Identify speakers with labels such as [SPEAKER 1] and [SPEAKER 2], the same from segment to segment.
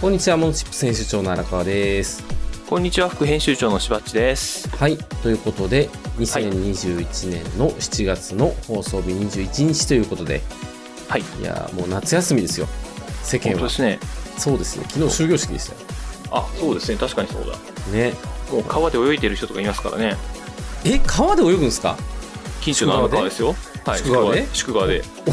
[SPEAKER 1] こんにちは、モンチップ選手長の荒川です。
[SPEAKER 2] こんにちは副編集長のしばっちです。
[SPEAKER 1] はい、ということで、2021年の7月の放送日21日ということで、
[SPEAKER 2] はい。
[SPEAKER 1] いやーもう夏休みですよ、世
[SPEAKER 2] 本
[SPEAKER 1] 間
[SPEAKER 2] 当
[SPEAKER 1] は
[SPEAKER 2] で。すね。
[SPEAKER 1] そうですね、昨日終業式でしたよ。
[SPEAKER 2] あ、そうですね。確かにそうだ。
[SPEAKER 1] ね。
[SPEAKER 2] もう川で泳いでる人とかいますからね。
[SPEAKER 1] え、川で泳ぐんですか
[SPEAKER 2] 近所のあの川ですよ。はい。
[SPEAKER 1] 宿川で
[SPEAKER 2] 宿川で。宿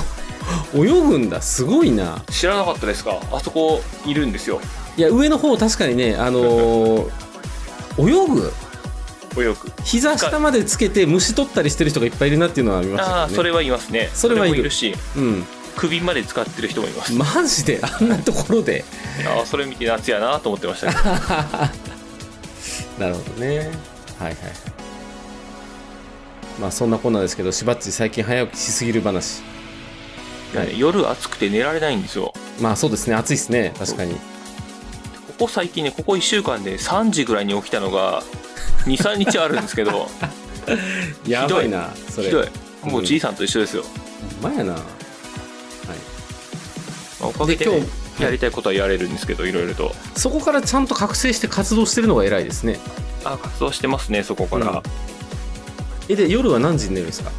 [SPEAKER 1] 泳ぐんだ、すごいな。
[SPEAKER 2] 川で知らなかったですか。あそこいるんですよ。
[SPEAKER 1] いや、上の方確かにね、あ のー泳ぐ
[SPEAKER 2] 泳ぐ。
[SPEAKER 1] 膝下までつけて虫取ったりしてる人がいっぱいいるなっていうのはありましたけどね
[SPEAKER 2] ああ、それはいますね。
[SPEAKER 1] それはいる
[SPEAKER 2] もいるし、
[SPEAKER 1] うん
[SPEAKER 2] 首まで使ってる人もいます。
[SPEAKER 1] マジであんなところで
[SPEAKER 2] ああ、それ見て夏やなと思ってましたけ ど。
[SPEAKER 1] なるほどねはいはいまあそんなこんなですけどしばっち最近早起きしすぎる話はい
[SPEAKER 2] 夜暑くて寝られないんですよ。
[SPEAKER 1] まあそうですね暑いですね確かに
[SPEAKER 2] ここ最近ね、ここ1週間で3時ぐらいに起きたのが2、3日あるんですけど、
[SPEAKER 1] やばいな それ
[SPEAKER 2] ひどい。もうじいさんと一緒ですよ。
[SPEAKER 1] ほんまやなはい
[SPEAKER 2] まあおかげで
[SPEAKER 1] で
[SPEAKER 2] ね、
[SPEAKER 1] 今日
[SPEAKER 2] やりたいことはやれるんですけど、いろいろと。
[SPEAKER 1] そこからちゃんと覚醒して活動してるのが偉いですね
[SPEAKER 2] あ活動してますね、そこから。
[SPEAKER 1] うんえで夜は何時に寝るんですか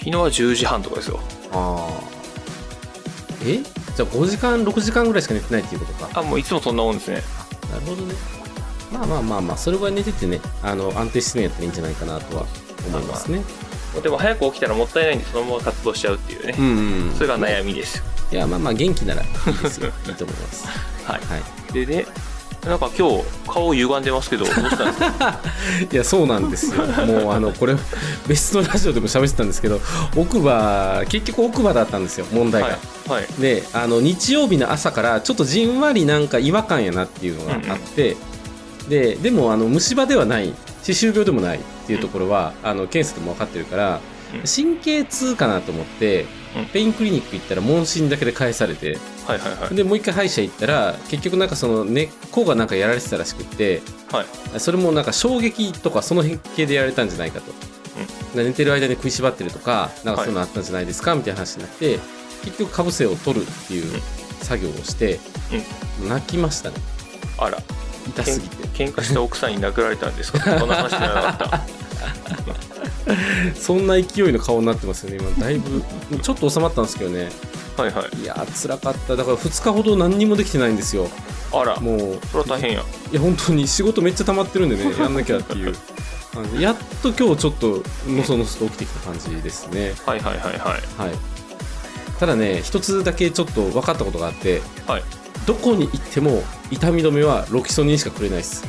[SPEAKER 2] 昨日は10時半とかですよ。
[SPEAKER 1] ああえじゃあ5時間6時間ぐらいしか寝てないっていうことか
[SPEAKER 2] あ、もういつもそんなもんですね。
[SPEAKER 1] なるほどね。まあまあまあまあ、それぐらい寝ててね、あの安定してねやったらいいんじゃないかなとは思いますね。
[SPEAKER 2] でも早く起きたらもったいないんで、そのまま活動しちゃうっていうね。
[SPEAKER 1] うん、うん。
[SPEAKER 2] それが悩みです。
[SPEAKER 1] いや、まあまあ、元気ならいいですよ。いいと思い ます。
[SPEAKER 2] はい
[SPEAKER 1] はい。
[SPEAKER 2] でね、なんか今日、顔歪んでますけど、どうしたんですか
[SPEAKER 1] いや、そうなんですよ。もう、あの、これ、 別のラジオでも喋ってたんですけど、奥歯、結局奥歯だったんですよ、問題が。
[SPEAKER 2] はい。はい。
[SPEAKER 1] であの日曜日の朝からちょっとじんわりなんか違和感やなっていうのがあって、ででもあの虫歯ではない歯周病でもないっていうところは、あの検査でも分かってるから、
[SPEAKER 2] うん
[SPEAKER 1] 神経痛かなと思って、
[SPEAKER 2] うん
[SPEAKER 1] ペインクリニック行ったら問診だけで返されて
[SPEAKER 2] はいはいはい。
[SPEAKER 1] でもう一回歯医者行ったら結局なんかその根っこがなんかやられてたらしくって
[SPEAKER 2] はい。
[SPEAKER 1] それもなんか衝撃とかその辺系でやられたんじゃないかと、で寝てる間に食いしばってるとかなんかそういうのあったんじゃないですか、みたいな話になって結局かぶせを取るっていう作業をして、泣きましたね
[SPEAKER 2] あら、
[SPEAKER 1] 痛すぎて
[SPEAKER 2] 喧嘩した奥さんに殴られたんですかこんな話じゃなかった。
[SPEAKER 1] そんな勢いの顔になってますよね今だいぶちょっと収まったんですけどね
[SPEAKER 2] はいはい。
[SPEAKER 1] いやー辛かっただから2日ほど何にもできてないんですよ
[SPEAKER 2] あら、
[SPEAKER 1] もう
[SPEAKER 2] それは大変や。
[SPEAKER 1] いや本当に仕事めっちゃ溜まってるんでねやんなきゃっていうあのやっと今日ちょっとのそのそと起きてきた感じですね
[SPEAKER 2] はいはいはいはい。
[SPEAKER 1] はいただね一つだけちょっと分かったことがあって
[SPEAKER 2] はい。
[SPEAKER 1] どこに行っても痛み止めはロキソニンしかくれないです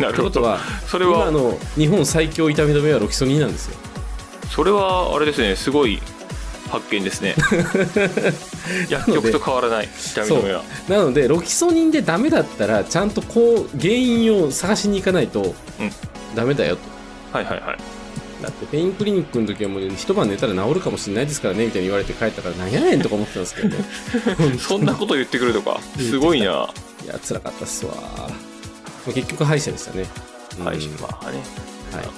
[SPEAKER 2] な
[SPEAKER 1] って
[SPEAKER 2] るほ
[SPEAKER 1] こと
[SPEAKER 2] ど。
[SPEAKER 1] は
[SPEAKER 2] それ
[SPEAKER 1] 今
[SPEAKER 2] は、
[SPEAKER 1] の日本最強痛み止めはロキソニンなんですよ
[SPEAKER 2] それはあれですねすごい発見です ね薬局と変わらない痛み止めは
[SPEAKER 1] なのでロキソニンでダメだったらちゃんとこう原因を探しに行かないとダメだよと
[SPEAKER 2] はいはいはい
[SPEAKER 1] だってペインクリニックの時はもう一晩寝たら治るかもしれないですからねみたいに言われて帰ったからなんやねんとか思ってたんですけどね
[SPEAKER 2] そんなこと言ってくるとかすごいない
[SPEAKER 1] や辛かったっすわまあ結局歯医者でしたね
[SPEAKER 2] はい
[SPEAKER 1] うん
[SPEAKER 2] まあね、
[SPEAKER 1] はい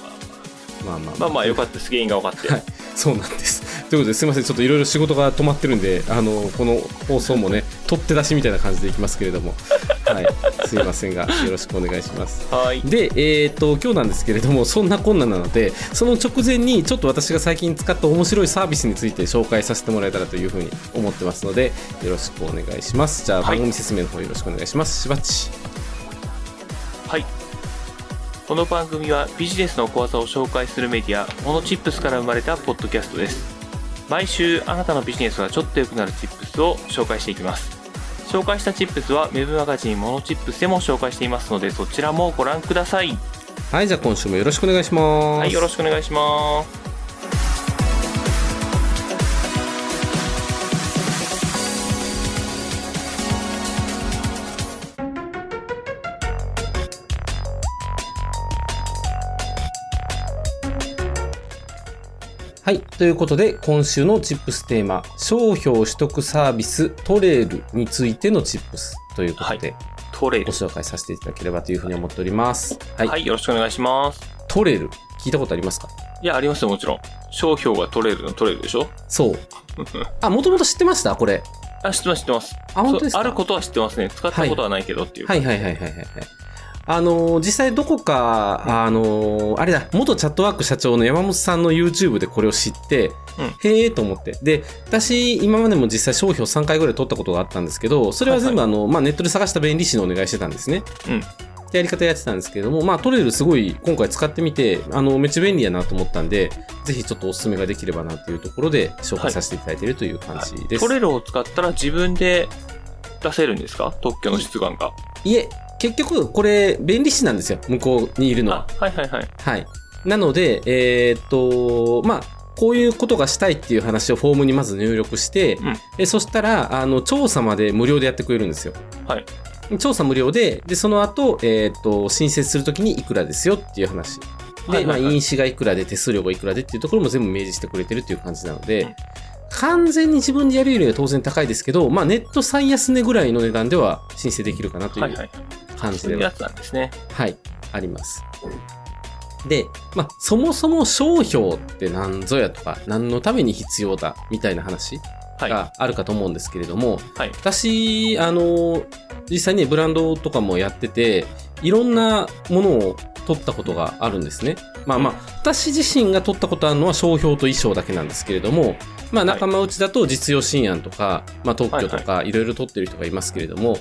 [SPEAKER 1] まあまあ
[SPEAKER 2] まあまあよかったです原因が分かって、
[SPEAKER 1] はいそうなんですということですいませんちょっといろいろ仕事が止まってるんであのこの放送もね取って出しみたいな感じでいきますけれどもはいすいませんがよろしくお願いします
[SPEAKER 2] はい
[SPEAKER 1] で、えー、と今日なんですけれどもそんなこんななのでその直前にちょっと私が最近使った面白いサービスについて紹介させてもらえたらというふうに思ってますのでよろしくお願いしますじゃあ
[SPEAKER 2] はい
[SPEAKER 1] 番組説明の方よろしくお願いします、しばっ
[SPEAKER 2] はい。この番組はビジネスの小技を紹介するメディア、モノチップスから生まれたポッドキャストです。毎週、あなたのビジネスがちょっと良くなるチップスを紹介していきます。紹介したチップスはウェブマガジンモノチップスでも紹介していますので、そちらもご覧くださ
[SPEAKER 1] ち
[SPEAKER 2] い。
[SPEAKER 1] はいじゃあ今週もよろしくお願いします
[SPEAKER 2] はい、よろしくお願いします。
[SPEAKER 1] はいということで今週のチップステーマ商標取得サービストレールについてのチップスということで、
[SPEAKER 2] トレイ
[SPEAKER 1] ご
[SPEAKER 2] です。
[SPEAKER 1] 紹介させていただければというふうに思っておりますはい、
[SPEAKER 2] はい、よろしくお願いします。
[SPEAKER 1] トレール聞いたことありますか
[SPEAKER 2] いや、ありますよ、もちろん。商標が取れるの取れるでしょ
[SPEAKER 1] そうあもともと知ってましたこれ
[SPEAKER 2] あ、知ってます、知ってます。
[SPEAKER 1] あ、本当ですか
[SPEAKER 2] そうあることは知ってますね。使ったことはないけどっていう。
[SPEAKER 1] はいはいはいはいはいはい。あのー実際どこか、あのーあれだ、元チャットワーク社長の山本さんの YouTube でこれを知って、
[SPEAKER 2] うん
[SPEAKER 1] へえと思って。で、私、今までも実際商標3回ぐらい取ったことがあったんですけど、それは全部あの、まあ、ネットで探した便利士のお願いしてたんですね。
[SPEAKER 2] うん
[SPEAKER 1] でやり方やってたんですけれども、まあ、トレルすごい今回使ってみて、あの、めっちゃ便利やなと思ったんで、ぜひちょっとお勧めができればなというところで紹介させていただいているという感じです。
[SPEAKER 2] トレロを使ったら自分で出せるんですか特許の出願が。
[SPEAKER 1] いえ、結局これ便利士なんですよ、向こうにいるのは
[SPEAKER 2] あ。、はいはいはい。
[SPEAKER 1] はい。なので、えーっと、まあ、こういうことがしたいっていう話をフォームにまず入力して、
[SPEAKER 2] うん
[SPEAKER 1] えそしたら、あの、調査まで無料でやってくれるんですよ。
[SPEAKER 2] はい。
[SPEAKER 1] 調査無料で、で、その後、えーっと、申請するときにいくらですよっていう話。
[SPEAKER 2] は
[SPEAKER 1] で、
[SPEAKER 2] いは
[SPEAKER 1] まあ、
[SPEAKER 2] いはい
[SPEAKER 1] 飲酒がいくらで、手数料がいくらでっていうところも全部明示してくれてるっていう感じなの
[SPEAKER 2] う
[SPEAKER 1] で
[SPEAKER 2] ん、
[SPEAKER 1] 完全に自分でやるよりは当然高いですけど、まあ、ネット最安値ぐらいの値段では申請できるかなとい
[SPEAKER 2] はいは
[SPEAKER 1] う
[SPEAKER 2] い。
[SPEAKER 1] 感じ
[SPEAKER 2] そう
[SPEAKER 1] で
[SPEAKER 2] いう
[SPEAKER 1] は
[SPEAKER 2] やつなんですね。
[SPEAKER 1] はい、あります。で、まあ、そもそも商標って何ぞやとか、何のために必要だみたいな話
[SPEAKER 2] はい。
[SPEAKER 1] があるかと思うんですけれども、
[SPEAKER 2] はい
[SPEAKER 1] 私、あの、実際にブランドとかもやってて、いろんなものを取ったことがあるんですね。まあまあ、私自身が取ったことあるのは商標と衣装だけなんですけれども、まあ
[SPEAKER 2] はい
[SPEAKER 1] 仲間内だと実用新案とか、まあ特許とかいろいろ取ってる人がいますけれども、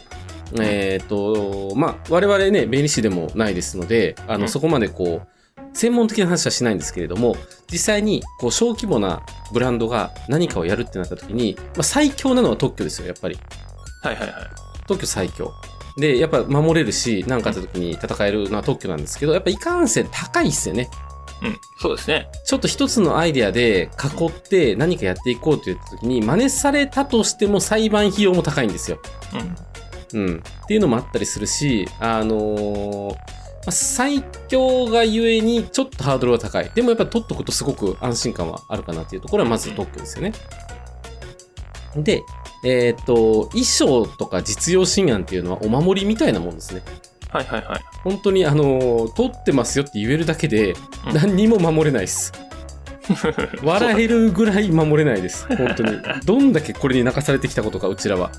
[SPEAKER 1] えっ、と、まあ我々ね、弁理士でもないですので、あ
[SPEAKER 2] う
[SPEAKER 1] の、
[SPEAKER 2] ん
[SPEAKER 1] そこまでこう、専門的な話はしないんですけれども、実際にこう小規模なブランドが何かをやるってなった時に、まあ、最強なのは特許ですよ、やっぱり。
[SPEAKER 2] はいはいはい。
[SPEAKER 1] 特許最強。で、やっぱ守れるし、何かあった時に戦えるのは特許なんですけど、やっぱいかんせん高いっすよね。
[SPEAKER 2] うん。そうですね。
[SPEAKER 1] ちょっと一つのアイデアで囲って何かやっていこうと言った時に、真似されたとしても裁判費用も高いんですよ。
[SPEAKER 2] うん。
[SPEAKER 1] うん。っていうのもあったりするし、あのーまあ最強がゆえにちょっとハードルは高い。でもやっぱ取っとくとすごく安心感はあるかなっていうところはまず特許ですよね。で、えーっと、衣装とか実用新案っていうのはお守りみたいなもんですね。
[SPEAKER 2] はいはいはい。
[SPEAKER 1] 本当にあのー取ってますよって言えるだけで
[SPEAKER 2] うん
[SPEAKER 1] 何にも守れないです。 笑えるぐらい守れないです本当にどんだけこれに泣かされてきたことかうちらは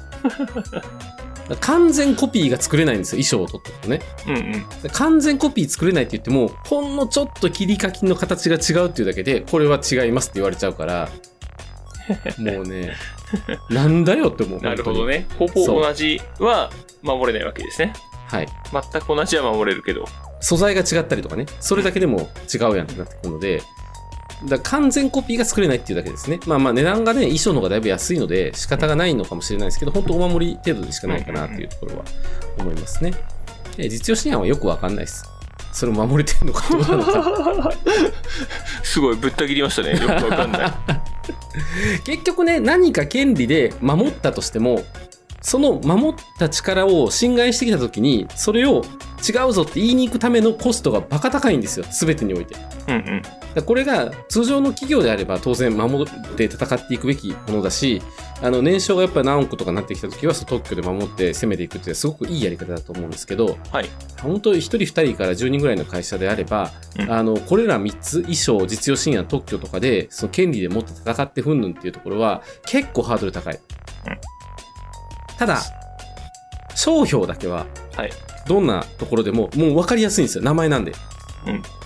[SPEAKER 1] 完全コピーが作れないんですよ衣装を取ってもね
[SPEAKER 2] うんうん。
[SPEAKER 1] 完全コピー作れないって言ってもほんのちょっと切り欠きの形が違うっていうだけでこれは違いますって言われちゃうからもうね なんだよって思う
[SPEAKER 2] なるほど
[SPEAKER 1] 本
[SPEAKER 2] ね。ほぼ同じは守れないわけですね。
[SPEAKER 1] 当にはい
[SPEAKER 2] 全く同じは守れるけど。
[SPEAKER 1] 素材が違ったりとかねそれだけでも違うやんってなってくるのでだから完全コピーが作れないっていうだけですねまあまあ値段がね衣装の方がだいぶ安いので仕方がないのかもしれないですけど本当お守り程度でしかないかなっていうところは思いますねで実用支援はよくわかんないですそれを守れてるのかどうなの か
[SPEAKER 2] すごい、ぶった切りましたね。よくわかん ない。
[SPEAKER 1] 結局ね何か権利で守ったとしてもその守った力を侵害してきた時にそれを違うぞって言いに行くためのコストがバカ高いんですよ全てにおいて
[SPEAKER 2] うんうん。
[SPEAKER 1] だからこれが通常の企業であれば当然守って戦っていくべきものだしあの年商がやっぱり何億とかなってきた時はその特許で守って攻めていくってすごくいいやり方だと思うんですけど
[SPEAKER 2] はい。
[SPEAKER 1] 本当に1人2人から10人ぐらいの会社であれば、
[SPEAKER 2] うん
[SPEAKER 1] あのこれら3つ衣装実用信案特許とかでその権利でもって戦ってふんぬんっていうところは結構ハードル高い、
[SPEAKER 2] うん
[SPEAKER 1] ただ商標だけは
[SPEAKER 2] はい。
[SPEAKER 1] どんなところでももう分かりやすいんですよ名前なんで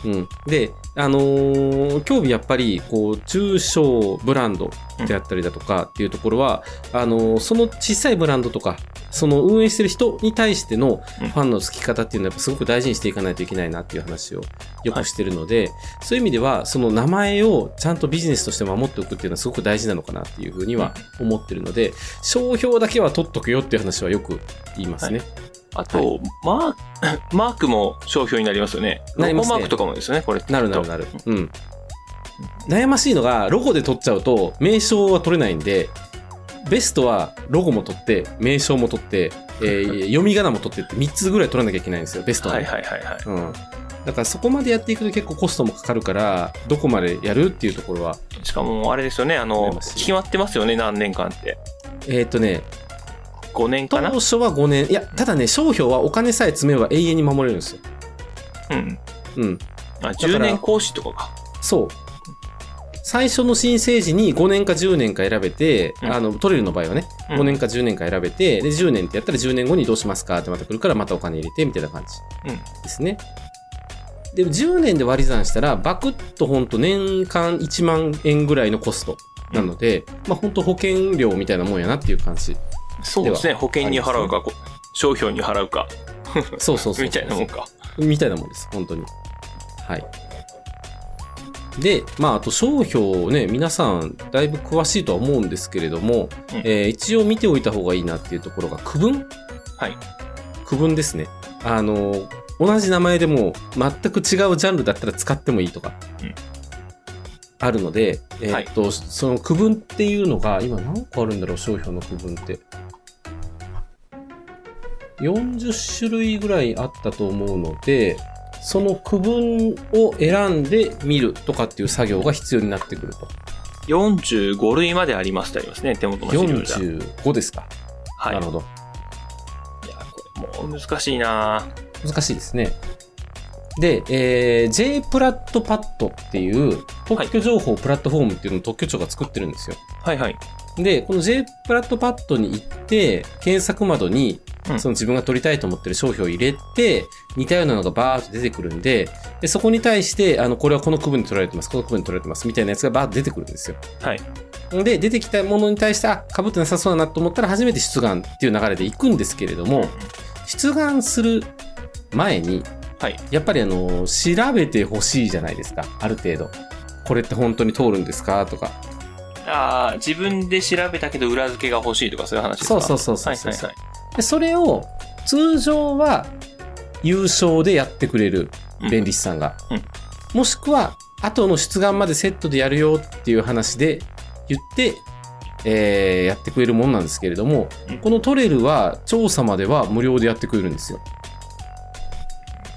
[SPEAKER 1] うん、で、あのー興味やっぱりこう中小ブランドであったりだとかっていうところは、あのーその小さいブランドとかその運営してる人に対してのフ
[SPEAKER 2] うん
[SPEAKER 1] ァンの好き方っていうのはやっぱすごく大事にしていかないといけないなっていう話をよくしてるので、そういう意味ではその名前をちゃんとビジネスとして守っておくっていうのはすごく大事なのかなっていうふうには思ってるので、商標だけは取っとくよっていう話はよく言いますね。
[SPEAKER 2] あと、マーク、 マークも商標になりますよね。
[SPEAKER 1] なり
[SPEAKER 2] ロ
[SPEAKER 1] ま
[SPEAKER 2] ゴ
[SPEAKER 1] すね
[SPEAKER 2] マークとかもですよね、これ。
[SPEAKER 1] なるなるなる。うん。悩ましいのが、ロゴで取っちゃうと、名称は取れないんで、ベストはロゴも取って、名称も取って、えー 読み仮名も取ってって3つぐらい取らなきゃいけないんですよ、ベストは
[SPEAKER 2] はい
[SPEAKER 1] ね。
[SPEAKER 2] はいはいはい。
[SPEAKER 1] うん。だからそこまでやっていくと結構コストもかかるから、どこまでやるっていうところは、
[SPEAKER 2] しかも、あれですよね、あ
[SPEAKER 1] 思
[SPEAKER 2] の
[SPEAKER 1] い、ます
[SPEAKER 2] 決まってますよね、何年間って。
[SPEAKER 1] えーっ、とね、
[SPEAKER 2] 5年
[SPEAKER 1] 当
[SPEAKER 2] かな。
[SPEAKER 1] 初は5年、いや、ただね、商標はお金さえ詰めば永遠に守れるんですよ。
[SPEAKER 2] うん。
[SPEAKER 1] うん。
[SPEAKER 2] あ、
[SPEAKER 1] から
[SPEAKER 2] 10年講師とかか。
[SPEAKER 1] そう。最初の申請時に5年か10年か選べて、
[SPEAKER 2] うん
[SPEAKER 1] あの、トリルの場合はね、
[SPEAKER 2] うん
[SPEAKER 1] 5年か10年か選べて、で、10年ってやったら10年後にどうしますかってまた来るから、またお金入れて、みたいな感じ
[SPEAKER 2] うん
[SPEAKER 1] ですね。で、10年で割り算したら、バクッとほんと年間1万円ぐらいのコストなので、まあほんと保険料みたいなもんやなっていう感じ。
[SPEAKER 2] そうですね保険に払うかこう商標に払うか
[SPEAKER 1] そうそうそうそう。
[SPEAKER 2] みたいなもんか
[SPEAKER 1] みたいなもんです、本当に。はい。で、まあ、あと商標をね、皆さん、だいぶ詳しいとは思うんですけれども、
[SPEAKER 2] うん
[SPEAKER 1] えー一応見ておいた方がいいなっていうところが、区分
[SPEAKER 2] はい
[SPEAKER 1] 区分ですね。あのー、同じ名前でも、全く違うジャンルだったら使ってもいいとか、
[SPEAKER 2] うん
[SPEAKER 1] あるので、え
[SPEAKER 2] はい
[SPEAKER 1] ーっと、その区分っていうのが、今何個あるんだろう、商標の区分って。40種類ぐらいあったと思うので、その区分を選んで見るとかっていう作業が必要になってくると。
[SPEAKER 2] 45類までありますってありますね手元の資料じゃ
[SPEAKER 1] 45ですか。
[SPEAKER 2] はい
[SPEAKER 1] なるほど。
[SPEAKER 2] いやこれもう難しいな
[SPEAKER 1] 難しいですね。で、えー J プラットパッドっていう特許情報プラットフォームっていうのを特許庁が作ってるんですよ。
[SPEAKER 2] はいはい
[SPEAKER 1] で、この J プラットパッドに行って、検索窓に
[SPEAKER 2] う、ん
[SPEAKER 1] その自分が取りたいと思ってる商標を入れて、似たようなのがバーッと出てくるんで、でそこに対して、あの、これはこの区分に取られてます、この区分に取られてます、みたいなやつがバーッと出てくるんですよ。
[SPEAKER 2] はい
[SPEAKER 1] で、出てきたものに対して、あ、被ってなさそうだなと思ったら初めて出願っていう流れで行くんですけれども、出願する前に、
[SPEAKER 2] はい
[SPEAKER 1] やっぱりあの、調べてほしいじゃないですか、ある程度。これって本当に通るんですかとか。
[SPEAKER 2] ああ自分で調べたけど裏付けが欲しいとかそういう話です
[SPEAKER 1] そ
[SPEAKER 2] か
[SPEAKER 1] うそう
[SPEAKER 2] そ
[SPEAKER 1] そうそうそう
[SPEAKER 2] はいはい
[SPEAKER 1] でそれを通常は優勝でやってくれる
[SPEAKER 2] はい
[SPEAKER 1] 弁
[SPEAKER 2] 利
[SPEAKER 1] 理士さんが、
[SPEAKER 2] うんうん
[SPEAKER 1] もしくは後の出願までセットでやるよっていう話で言って、えーやってくれるもんなんですけれども、
[SPEAKER 2] うん
[SPEAKER 1] このトレルは調査までは無料でやってくれるんですよ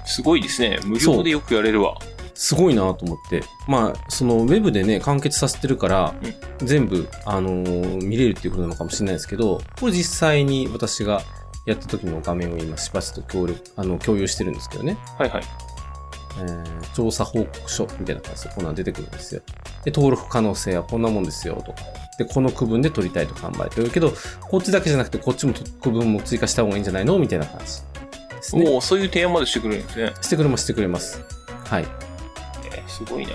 [SPEAKER 2] すごいですね無
[SPEAKER 1] そ
[SPEAKER 2] 料
[SPEAKER 1] う
[SPEAKER 2] でよくやれるわ
[SPEAKER 1] すごいなと思ってまあそのウェブでね完結させてるから、全部、あのー見れるっていうことなのかもしれないですけどこれ実際に私がやった時の画面を今しばしと協力あの共有してるんですけどね
[SPEAKER 2] はいはい
[SPEAKER 1] えー調査報告書みたいな感じでこんなの出てくるんですよ。で、登録可能性はこんなもんですよとか。で、この区分で取りたいとか販売というけど、こっちだけじゃなくてこっちもと区分も追加した方がいいんじゃないのみたいな感じですね。
[SPEAKER 2] おおそういう提案までしてくれるんですね
[SPEAKER 1] してくれます、してくれます。はい。い
[SPEAKER 2] えーすごいな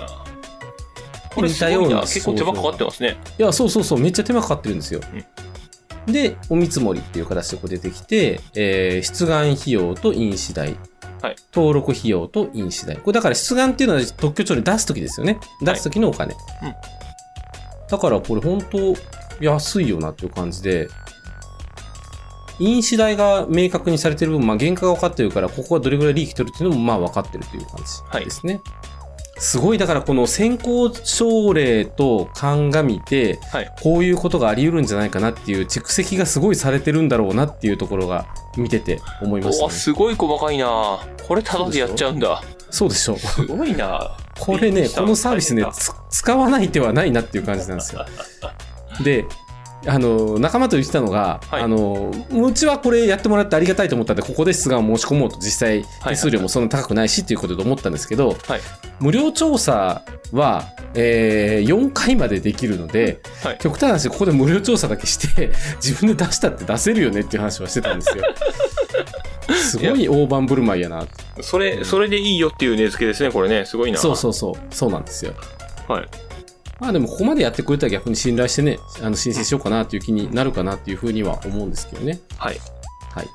[SPEAKER 2] これ
[SPEAKER 1] 似
[SPEAKER 2] す
[SPEAKER 1] たよ
[SPEAKER 2] ご
[SPEAKER 1] う
[SPEAKER 2] い
[SPEAKER 1] な
[SPEAKER 2] な結構手間かかってますね
[SPEAKER 1] や、そうそうそう、めっちゃ手間かかってるんですよ。で、お見積もりっていう形でこう出てきて、えー出願費用と印紙代。
[SPEAKER 2] はい
[SPEAKER 1] 登録費用と印紙代。これだから出願っていうのは特許庁に出すときですよね。出すときのお金。
[SPEAKER 2] うん
[SPEAKER 1] だからこれ本当安いよなっていう感じで、印紙代が明確にされてる分、まあ原価が分かってるから、ここがどれぐらい利益取るっていうのもまあ分かってるという感
[SPEAKER 2] はい
[SPEAKER 1] じですね。すごい、だからこの先行奨励と鑑みて、
[SPEAKER 2] はい
[SPEAKER 1] こういうことがあり得るんじゃないかなっていう蓄積がすごいされてるんだろうなっていうところが見てて思いました、
[SPEAKER 2] お
[SPEAKER 1] ね。
[SPEAKER 2] すごい細かいなこれタダでやっちゃうんだ
[SPEAKER 1] そうでしょう。
[SPEAKER 2] すごいな
[SPEAKER 1] これね、
[SPEAKER 2] びっくりした
[SPEAKER 1] このサービスね
[SPEAKER 2] 大変、だ
[SPEAKER 1] つ使わない手はないなっていう感じなんです よ。で、あの、仲間と言ってたのが、
[SPEAKER 2] はい
[SPEAKER 1] あの、うちはこれやってもらってありがたいと思ったんで、ここで出願を申し込もうと、実際、
[SPEAKER 2] い
[SPEAKER 1] 手数料もそんな高くないしっていうことで思ったんですけど、
[SPEAKER 2] はい
[SPEAKER 1] 無料調査は、えー4回までできるので、
[SPEAKER 2] はい
[SPEAKER 1] 極端な話、ここで無料調査だけして、 自分で出したって出せるよねっていう話はしてたんです よ。すごい大盤振る舞いやな。
[SPEAKER 2] それそれでいいよっていう値付けですねこれねすごいな
[SPEAKER 1] そうそうそう、そうなんですよ。
[SPEAKER 2] はい
[SPEAKER 1] まあでもここまでやってくれたら逆に信頼してね、あの申請しようかなという気になるかなというふうには思うんですけどね。
[SPEAKER 2] はい
[SPEAKER 1] はい。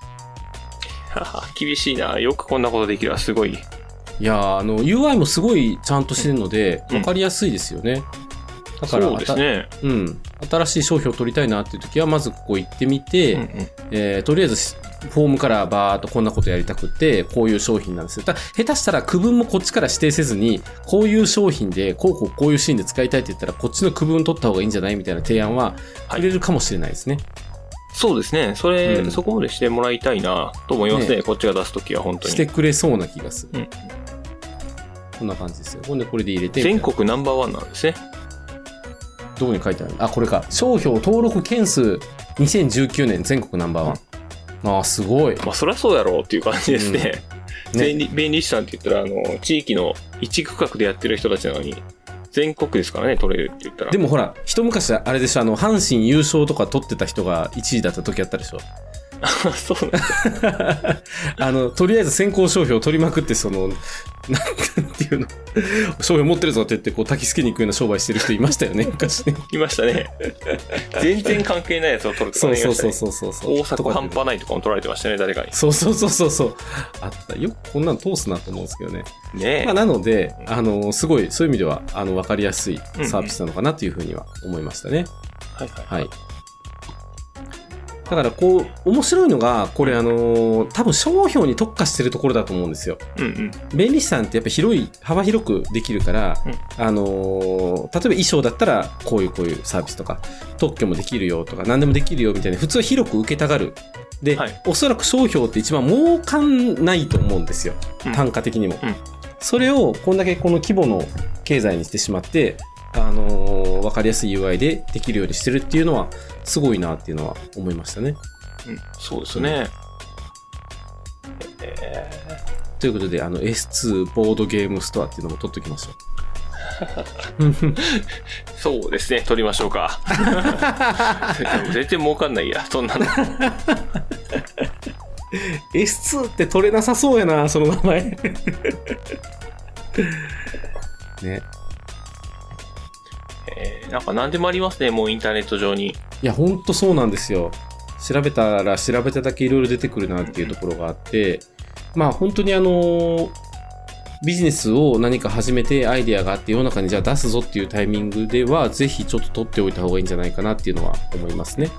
[SPEAKER 2] 厳しいなよくこんなことできるわすごい
[SPEAKER 1] いやーあの UI もすごいちゃんとしてるので、
[SPEAKER 2] うん
[SPEAKER 1] わかりやすいですよね。だから、
[SPEAKER 2] そうですね、
[SPEAKER 1] あたうん。新しい商標を取りたいなっていう時は、まずここ行ってみて、
[SPEAKER 2] うんうん
[SPEAKER 1] えーとりあえずしフォームからバーっとこんなことやりたくて、こういう商品なんですよ。ただ下手したら区分もこっちから指定せずに、こういう商品で、こうこうこういうシーンで使いたいって言ったら、こっちの区分取った方がいいんじゃないみたいな提案は
[SPEAKER 2] はい
[SPEAKER 1] くれるかもしれないですね。
[SPEAKER 2] そうですねそれ、
[SPEAKER 1] うん
[SPEAKER 2] そこまでしてもらいたいなと思いますね
[SPEAKER 1] ね
[SPEAKER 2] こっちが出すときは本当
[SPEAKER 1] し
[SPEAKER 2] に
[SPEAKER 1] てくれそうな気がする。
[SPEAKER 2] うん
[SPEAKER 1] こんな感じですよ。ほんで、これで入れて、
[SPEAKER 2] 全国ナンバーワンなんですね
[SPEAKER 1] どこに書いてあるあ、これか。商標登録件数2019年全国ナンバーワン。ああ、すごい。
[SPEAKER 2] まあそりゃそうやろうっていう感じですね,、
[SPEAKER 1] ね
[SPEAKER 2] 便利弁理士さんって言ったらあの地域の一区画でやってる人たちなのに全国ですからね、取れるって言ったら。
[SPEAKER 1] でもほら、一昔あれでしょ、あの、阪神優勝とか取ってた人が1位だった時あったでしょ。
[SPEAKER 2] そうなんだ
[SPEAKER 1] あの、とりあえず先行商標を取りまくって、その、なんていうの、商標持ってるぞって言って、こう、焚きつけに行くような商売してる人いましたよ ね、昔ね。
[SPEAKER 2] いました ね。全然関係ないやつを取るとか
[SPEAKER 1] そ
[SPEAKER 2] ね
[SPEAKER 1] う
[SPEAKER 2] い
[SPEAKER 1] そ
[SPEAKER 2] ま
[SPEAKER 1] う
[SPEAKER 2] した
[SPEAKER 1] そう
[SPEAKER 2] ね
[SPEAKER 1] そうそうそう。
[SPEAKER 2] 大阪半
[SPEAKER 1] とか
[SPEAKER 2] 端ないとかも取られてましたね、誰かに
[SPEAKER 1] で。そうそうそうそうそう。あった。よくこんなの通すなと思うんですけどね。
[SPEAKER 2] ね
[SPEAKER 1] まあ、なので、あの、すごい、そういう意味では、あの、わかりやすい
[SPEAKER 2] うんうん
[SPEAKER 1] サービスなのかなというふうには思いましたね。
[SPEAKER 2] はいは
[SPEAKER 1] は
[SPEAKER 2] い。
[SPEAKER 1] い。だから、こう、面白いのが、これ、あの、多分商標に特化してるところだと思うんですよ。
[SPEAKER 2] うんうん。
[SPEAKER 1] 弁理士さんってやっぱ広い幅広くできるから、あのー例えば衣装だったらこういうこういうサービスとか特許もできるよとか何でもできるよみたいな普通は広く受けたがるで、
[SPEAKER 2] はい
[SPEAKER 1] おそらく商標って一番儲かんないと思うんですよ、
[SPEAKER 2] うん
[SPEAKER 1] 単価的にも、
[SPEAKER 2] うん
[SPEAKER 1] それをこんだけこの規模の経済にしてしまってあの分かりやすい UI でできるようにしてるっていうのはすごいなっていうのは思いましたね
[SPEAKER 2] うんそうですね。え
[SPEAKER 1] ということであの S2 ボードゲームストアっていうのも取っときましょう
[SPEAKER 2] ーそうですね、取りましょ うか。全然儲かんないや、そんなの。
[SPEAKER 1] S2 って取れなさそうやな、その名前。 ね。
[SPEAKER 2] えーなんか何でもありますね、もうインターネット上に。
[SPEAKER 1] いや、ほんとそうなんですよ。調べたら調べただけいろいろ出てくるなっていうところがあって、まあ本当にあの、ビジネスを何か始めてアイデアがあって世の中にじゃあ出すぞっていうタイミングでは、ぜひちょっと取っておいた方がいいんじゃないかなっていうのは思いますね。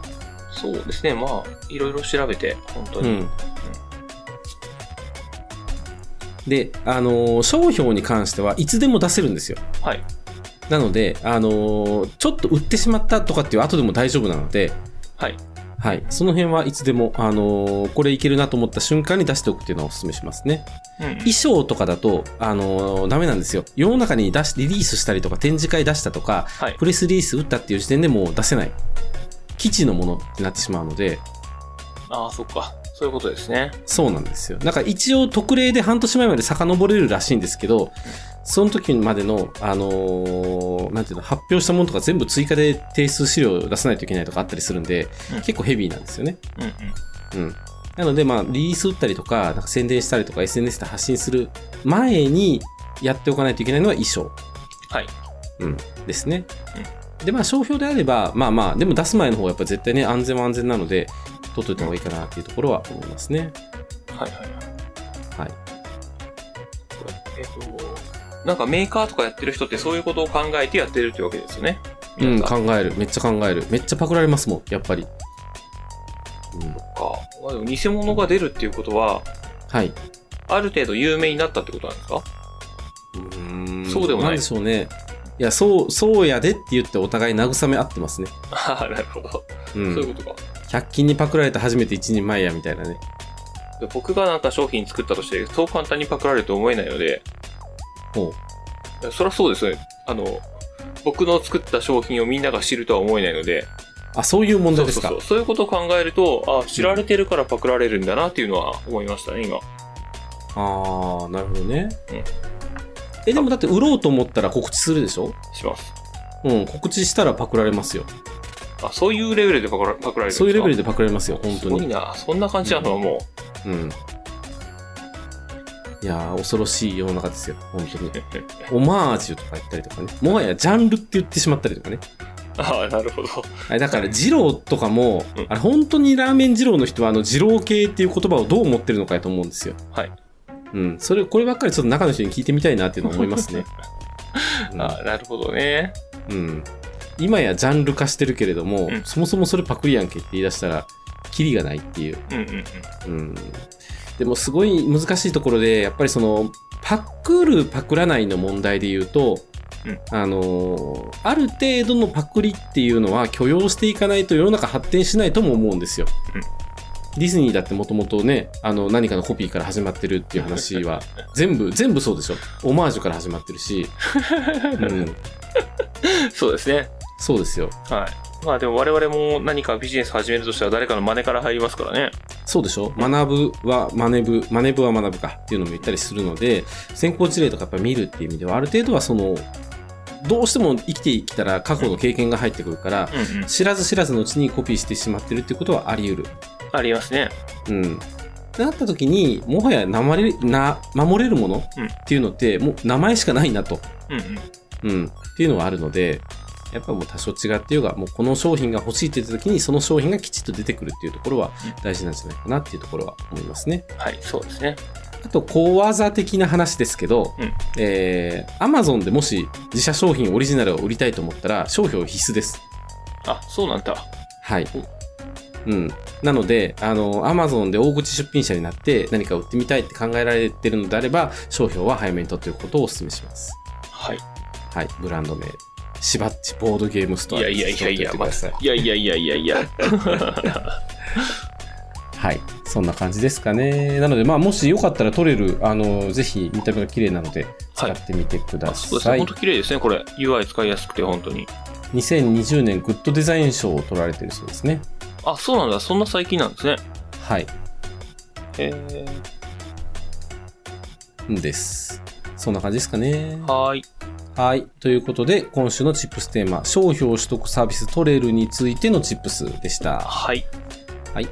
[SPEAKER 2] そうですね、まあ、いろいろ調べて、本当
[SPEAKER 1] う
[SPEAKER 2] に。
[SPEAKER 1] ん。で、あの、商標に関してはいつでも出せるんですよ。
[SPEAKER 2] はい。
[SPEAKER 1] なので、あのーちょっと売ってしまったとかっていう後でも大丈夫なので、
[SPEAKER 2] はい。
[SPEAKER 1] はい。その辺はいつでも、あのーこれいけるなと思った瞬間に出しておくっていうのをお勧めしますね。
[SPEAKER 2] うんうん
[SPEAKER 1] 衣装とかだと、あのーダメなんですよ。世の中に出し、リリースしたりとか展示会出したとか、
[SPEAKER 2] はい。
[SPEAKER 1] プレスリリース打ったっていう時点でもう出せない。基地のものになってしまうので、
[SPEAKER 2] ああ、そっか。そういうことですね。
[SPEAKER 1] そうなんですよ。なんか一応特例で半年前まで遡れるらしいんですけど、その時までの、あのーなんていうの、発表したものとか全部追加で提出資料を出さないといけないとかあったりするんで、
[SPEAKER 2] うん
[SPEAKER 1] 結構ヘビーなんですよね。
[SPEAKER 2] うんうん。
[SPEAKER 1] うん。なので、まあ、リリース打ったりとか、なんか宣伝したりとか、SNS で発信する前にやっておかないといけないのは衣装
[SPEAKER 2] はい。
[SPEAKER 1] ですね。で、まあ、商標であれば、まあまあ、でも出す前の方がやっぱ絶対ね、安全は安全なので、取っといた方がいいかなっていうところは思いますね。
[SPEAKER 2] はいはい
[SPEAKER 1] はい。
[SPEAKER 2] えっ、と、なんかメーカーとかやってる人ってそういうことを考えてやってるってわけですよね。
[SPEAKER 1] うん、
[SPEAKER 2] 皆さ
[SPEAKER 1] 考える。めっちゃ考える。めっちゃパクられますもん、やっぱり。うん、
[SPEAKER 2] か。まあでも偽物が出るっていうことは、
[SPEAKER 1] はい。
[SPEAKER 2] ある程度有名になったってことなんですか そうでもない
[SPEAKER 1] んでしょうね。いや、そう、そうやでって言ってお互い慰め合ってますね。
[SPEAKER 2] ああ、なるほど。
[SPEAKER 1] う
[SPEAKER 2] そうい
[SPEAKER 1] ん。
[SPEAKER 2] うことか。
[SPEAKER 1] 100均にパクられて初めて一人前や、みたいなね。
[SPEAKER 2] で僕がなんか商品作ったとして、そう簡単にパクられると思えないので、
[SPEAKER 1] ほ
[SPEAKER 2] そりゃそうですよね。あの、僕の作った商品をみんなが知るとは思えないので、
[SPEAKER 1] あ、そういう問
[SPEAKER 2] そ
[SPEAKER 1] 題
[SPEAKER 2] う
[SPEAKER 1] です
[SPEAKER 2] そう
[SPEAKER 1] か。
[SPEAKER 2] そう。そういうことを考えると、あ、知られてるからパクられるんだなっていうのは思いましたね、今。
[SPEAKER 1] ああ、なるほどね。
[SPEAKER 2] うん
[SPEAKER 1] え、でもだって売ろうと思ったら告知するでしょ
[SPEAKER 2] します。
[SPEAKER 1] うん、告知したらパクられますよ。
[SPEAKER 2] あ、そういうレベルでパクらパクられるんですか
[SPEAKER 1] そういうレベルでパクられますよ、本
[SPEAKER 2] す
[SPEAKER 1] 当
[SPEAKER 2] ご
[SPEAKER 1] に
[SPEAKER 2] い。な。そんな感じなのはも
[SPEAKER 1] うん。いやー、恐ろしい世の中ですよ、本 当に
[SPEAKER 2] う。。
[SPEAKER 1] オマージュとか言ったりとかね。もはやジャンルって言ってしまったりとかね。
[SPEAKER 2] ああ、なるほど。
[SPEAKER 1] あれだから、二郎とかも
[SPEAKER 2] うん、
[SPEAKER 1] あれ本当にラーメン二郎の人は、あの、二郎系っていう言葉をどう思ってるのかやと思うんですよ。
[SPEAKER 2] はい。
[SPEAKER 1] うん。それ、こればっかりちょっと中の人に聞いてみたいなっていうのを思いますね。うん
[SPEAKER 2] ああ、なるほどね。
[SPEAKER 1] うん、今やジャンル化してるけれども、
[SPEAKER 2] うん
[SPEAKER 1] そもそもそれパクリやんけって言い出したらキリがないっていう、
[SPEAKER 2] うんうんうん。
[SPEAKER 1] うん、でもすごい難しいところでやっぱりそのパクるパクらないの問題で言うと、
[SPEAKER 2] うん
[SPEAKER 1] あのーある程度のパクリっていうのは許容していかないと世の中発展しないとも思うんですよ。
[SPEAKER 2] うん
[SPEAKER 1] ディズニーだってもともとねあの何かのコピーから始まってるっていう話 は全部全部そうでしょオマージュから始まってるし、 うん、
[SPEAKER 2] そうですね。
[SPEAKER 1] そうですよ
[SPEAKER 2] はい。まあでも我々も何かビジネス始めるとしたら誰かの真似から入りますからね。
[SPEAKER 1] そうでしょ学ぶは真似ぶ、真似ぶは学ぶかっていうのも言ったりするので、先行事例とかやっぱ見るっていう意味では、ある程度はその、どうしても生きてきたら過去の経験が入ってくるから、
[SPEAKER 2] うんうん
[SPEAKER 1] 知らず知らずのうちにコピーしてしまってるってことはあり得る。
[SPEAKER 2] ありますね。
[SPEAKER 1] うん。ってなった時に、もはやなまれな守れるもの
[SPEAKER 2] うん
[SPEAKER 1] っていうのって、もう名前しかないなと。
[SPEAKER 2] うんうん。
[SPEAKER 1] うん。っていうのはあるので、やっぱもう多少違ってようが、もうこの商品が欲しいって言った時に、その商品がきちっと出てくるっていうところは大事なんじゃないかなっていうところは思いますね。
[SPEAKER 2] はい、そうですね。
[SPEAKER 1] あと、小技的な話ですけど、
[SPEAKER 2] うん
[SPEAKER 1] えー、Amazon でもし自社商品オリジナルを売りたいと思ったら、商標必須です。
[SPEAKER 2] あ、そうなんだ。
[SPEAKER 1] はい。うん。なので、あの、Amazon で大口出品者になって何か売ってみたいって考えられてるのであれば、商標は早めに取っておくことをお勧めします。
[SPEAKER 2] はい。
[SPEAKER 1] はい。ブランド名、しばっちボードゲームス
[SPEAKER 2] い
[SPEAKER 1] トア
[SPEAKER 2] や
[SPEAKER 1] です
[SPEAKER 2] いやいやいや、
[SPEAKER 1] 取っておてください
[SPEAKER 2] いやいやいやいやいや。
[SPEAKER 1] はい。そんな感じですかね。なので、まあ、もしよかったら取れる、あの、ぜひ見た目が綺麗なので、使ってみてくだ
[SPEAKER 2] あそうです
[SPEAKER 1] さ
[SPEAKER 2] ね。
[SPEAKER 1] い。
[SPEAKER 2] 本当綺麗ですね、これ。UI 使いやすくて、本当に。
[SPEAKER 1] 2020年グッドデザイン賞を取られてるそうですね。
[SPEAKER 2] あ、そうなんだ。そんな最近なんですね。
[SPEAKER 1] はい。
[SPEAKER 2] へえ。
[SPEAKER 1] んです。そんな感じですかね。
[SPEAKER 2] はーい。
[SPEAKER 1] はい。ということで、今週のチップステーマ、商標取得サービストレールについてのチップスでした。
[SPEAKER 2] はい。
[SPEAKER 1] はい。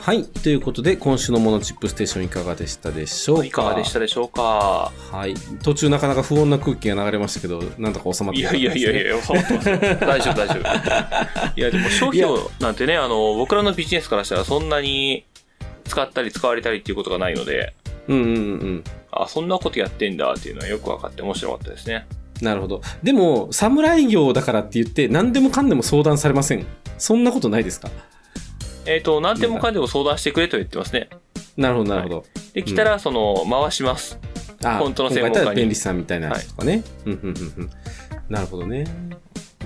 [SPEAKER 1] はい。ということで、今週のモノチップステーションいかがでしたでしょうか
[SPEAKER 2] いかがでしたでしょうか。
[SPEAKER 1] はい。途中なかなか不穏な空気が流れましたけど、なんとか収まって
[SPEAKER 2] い
[SPEAKER 1] よ
[SPEAKER 2] や
[SPEAKER 1] かったで
[SPEAKER 2] いや
[SPEAKER 1] す
[SPEAKER 2] い
[SPEAKER 1] ね
[SPEAKER 2] やいや、収まってますよ大丈夫大 丈夫。いや、でも商
[SPEAKER 1] いや
[SPEAKER 2] 標なんてね、あの、僕らのビジネスからしたらそんなに使ったり使われたりっていうことがないので、
[SPEAKER 1] うんうんうん。
[SPEAKER 2] あ、そんなことやってんだっていうのはよく分かって面白かったですね。
[SPEAKER 1] なるほど。でも、侍業だからって言って、何でもかんでも相談されません。そんなことないですか
[SPEAKER 2] えっ、と、何でもかんでも相談してくれと言ってますね。
[SPEAKER 1] なるほど、なるほど。
[SPEAKER 2] できたら、その、回します。
[SPEAKER 1] あ
[SPEAKER 2] 本当の専
[SPEAKER 1] 今
[SPEAKER 2] 門
[SPEAKER 1] 回や
[SPEAKER 2] 家に
[SPEAKER 1] ったら便利さんみたいなやつとかね。うんうんうんうん。なるほどね。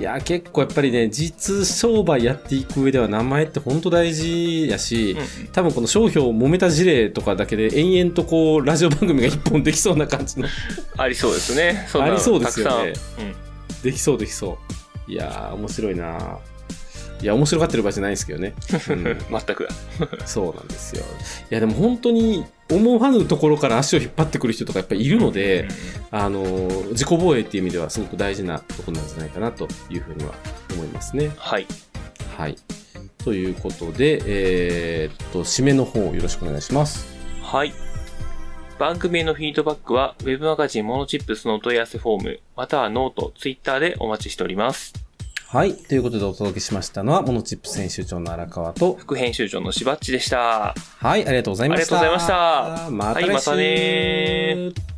[SPEAKER 1] いや、結構やっぱりね、実商売やっていく上では名前って本当大事やし、
[SPEAKER 2] うんうん
[SPEAKER 1] 多分この商標を揉めた事例とかだけで延々とこうラジオ番組が一本できそうな感じの
[SPEAKER 2] ありそうですね。そんな
[SPEAKER 1] あ
[SPEAKER 2] の
[SPEAKER 1] りそうですよね
[SPEAKER 2] たくさん。うん
[SPEAKER 1] できそうできそういやー面白いないや面白がってる場合じゃないですけどね、 うん
[SPEAKER 2] 全くだ。
[SPEAKER 1] そうなんですよいやでも本当に思わぬところから足を引っ張ってくる人とかやっぱりいるので、
[SPEAKER 2] うんうん
[SPEAKER 1] あのー自己防衛っていう意味ではすごく大事なとこなんじゃないかなというふうには思いますね
[SPEAKER 2] はい。
[SPEAKER 1] はいということでえーっと締めの方よろしくお願いします
[SPEAKER 2] はい。番組へのフィードバックは、ウェブマガジンモノチップスのお問い合わせフォーム、またはノート、ツイッターでお待ちしております。
[SPEAKER 1] はい。ということでお届けしましたのは、モノチップ編集長の荒川と、
[SPEAKER 2] 副編集長のしばっちでした。
[SPEAKER 1] はい、ありがとうございました。
[SPEAKER 2] ありがとうございました
[SPEAKER 1] また来週。
[SPEAKER 2] はいまたね